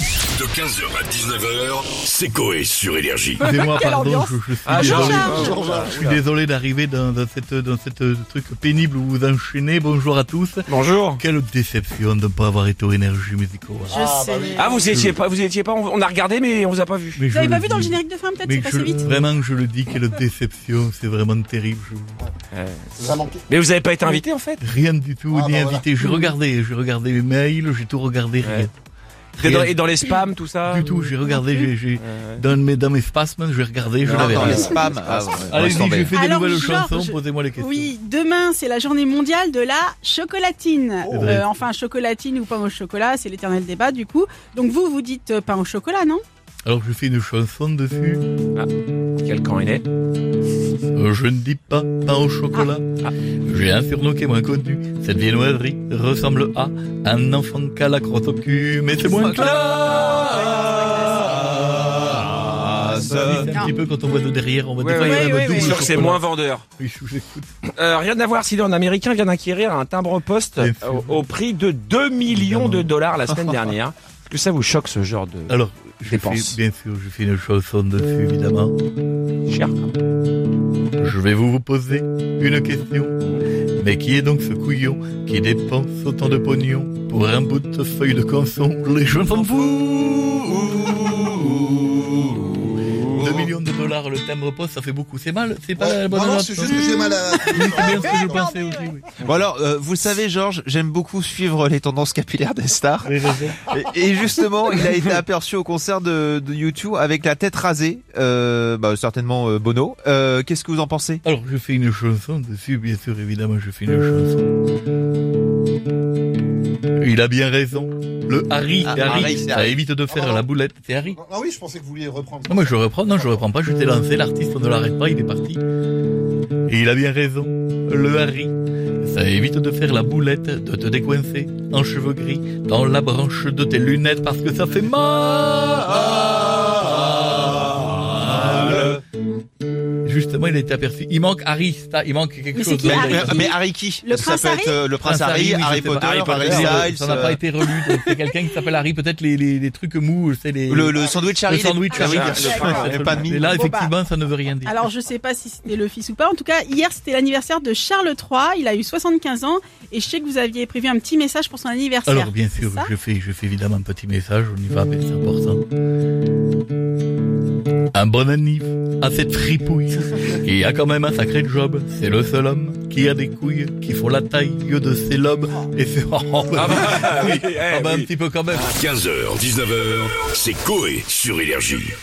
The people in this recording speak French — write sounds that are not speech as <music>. De 15h à 19h, c'est Coé sur Énergie. Excusez-moi, Quelle pardon, ambiance. je, je suis Ah, désolé, Jean-Charles. je suis désolé d'arriver dans, dans cette, dans cette euh, truc pénible où vous enchaînez. Bonjour à tous. Bonjour. Quelle déception de ne pas avoir été aux énergies musicaux. Je sais. Ah, vous étiez pas, vous étiez pas, on on a regardé, mais on vous a pas vu. Mais Vous je l'avez pas le vu dans le dis. générique de fin, peut-être mais C'est je- passé vite Vraiment, je le dis, <laughs> quelle déception, c'est vraiment terrible. je- Ça manquait. Mais vous avez pas été invité, en fait. Rien du tout, Ah, ni bah, invité. J'ai regardé, j'ai regardé les mails, j'ai tout regardé, rien. Ouais. Et dans, Rien et dans les spams, tout ça. du tout, j'ai Ah, regardé, j'ai, j'ai- Euh, dans mes, dans mes spasmes, j'ai regardé, je Ah, l'avais dans les rien. spams. Ah, ouais, laisse Allez-y, tomber. j'ai fait des Alors, nouvelles Georges, chansons, posez-moi les questions. Oui, demain c'est la journée mondiale de la chocolatine. C'est vrai. Euh, enfin, chocolatine ou pain au chocolat, c'est l'éternel débat du coup. Donc vous, vous dites euh, pain au chocolat, non Alors, je fais une chanson dessus. Quel camp il est Euh, Je ne dis pas pain au chocolat. J'ai un surnom qui est moins connu. Cette viennoiserie ressemble à un enfant qui a la crotte au cul, mais c'est moins classe. Ça glisse un petit peu quand on voit de derrière, on voit Ouais, des fois, il y en a ouais, d'autres ouais, doux ouais. au Sûr que c'est chocolat. moins vendeur. Oui, je vous écoute. Euh, rien à voir si un Américain vient d'acquérir un timbre poste Bien au, sûr. au prix de 2 millions de dollars la semaine dernière. Est-ce que ça vous choque ce genre de Alors, je Dépense. fais, bien sûr, je fais une chanson dessus, évidemment. cher Je vais vous poser une question. Mais qui est donc ce couillon qui dépense autant de pognon pour un bout de feuille de canson Les jeunes s'en Oh. foutent 2 millions de dollars le timbre poste, ça fait beaucoup. C'est mal, Euh, c'est pas la Ouais, bonne non, non, note, c'est ça. juste que j'ai mal à. Oui, C'est bien ce que je pensais aussi, oui. <laughs> Bon alors, euh, vous le savez Georges, j'aime beaucoup suivre les tendances capillaires des stars. Oui, je sais. Et, et justement, il a été aperçu au concert de, de YouTube avec la tête rasée, euh, bah, certainement euh, Bono. Euh, Qu'est-ce que vous en pensez Alors, je fais une chanson dessus, bien sûr, évidemment, je fais une chanson. Il a bien raison. Le Harry, Ah, c'est Harry, Harry, c'est ça Harry. évite de faire Ah. la boulette, c'est Harry. Ah oui, je pensais que vous vouliez reprendre. Non, mais je reprends, non, je reprends pas, je t'ai lancé, l'artiste, on ne l'arrête pas, il est parti. Et il a bien raison, le Harry. Ça évite de faire la boulette, de te décoincer en cheveux gris dans la branche de tes lunettes parce que ça fait Euh, mal. Justement, il a été aperçu. Il manque Harry, ça, il manque quelque Mais c'est chose. qui, là, Harry il a- mais, Harry mais Harry qui Le Ça prince peut Harry être euh, le prince Prince Harry, Harry, oui, Harry je sais pas. Potter, Harry, Harry Potter, Styles, ça n'a pas euh, été relu. donc C'est quelqu'un qui s'appelle Harry, peut-être les, les, les trucs mous, c'est les le, le sandwich le Harry. sandwich Ah, Harry. bien sûr. Absolument. Et pas de Et mie. là, Bon, bah, effectivement, ça ne veut rien dire. Alors je sais pas si c'était le fils ou pas. En tout cas, hier c'était l'anniversaire de Charles III. Il a eu 75 ans et je sais que vous aviez prévu un petit message pour son anniversaire. Alors bien c'est sûr, ça je fais, je fais évidemment un petit message, on y va, mais c'est <laughs> important. Un bon anniv à cette fripouille qui a quand même un sacré job. C'est le seul homme qui a des couilles qui font la taille de ses lobes. Et c'est <laughs> oh, bah, Ah oui, eh, ah bah, un oui. petit peu quand même. 15h, 19h, c'est Coé sur Énergie.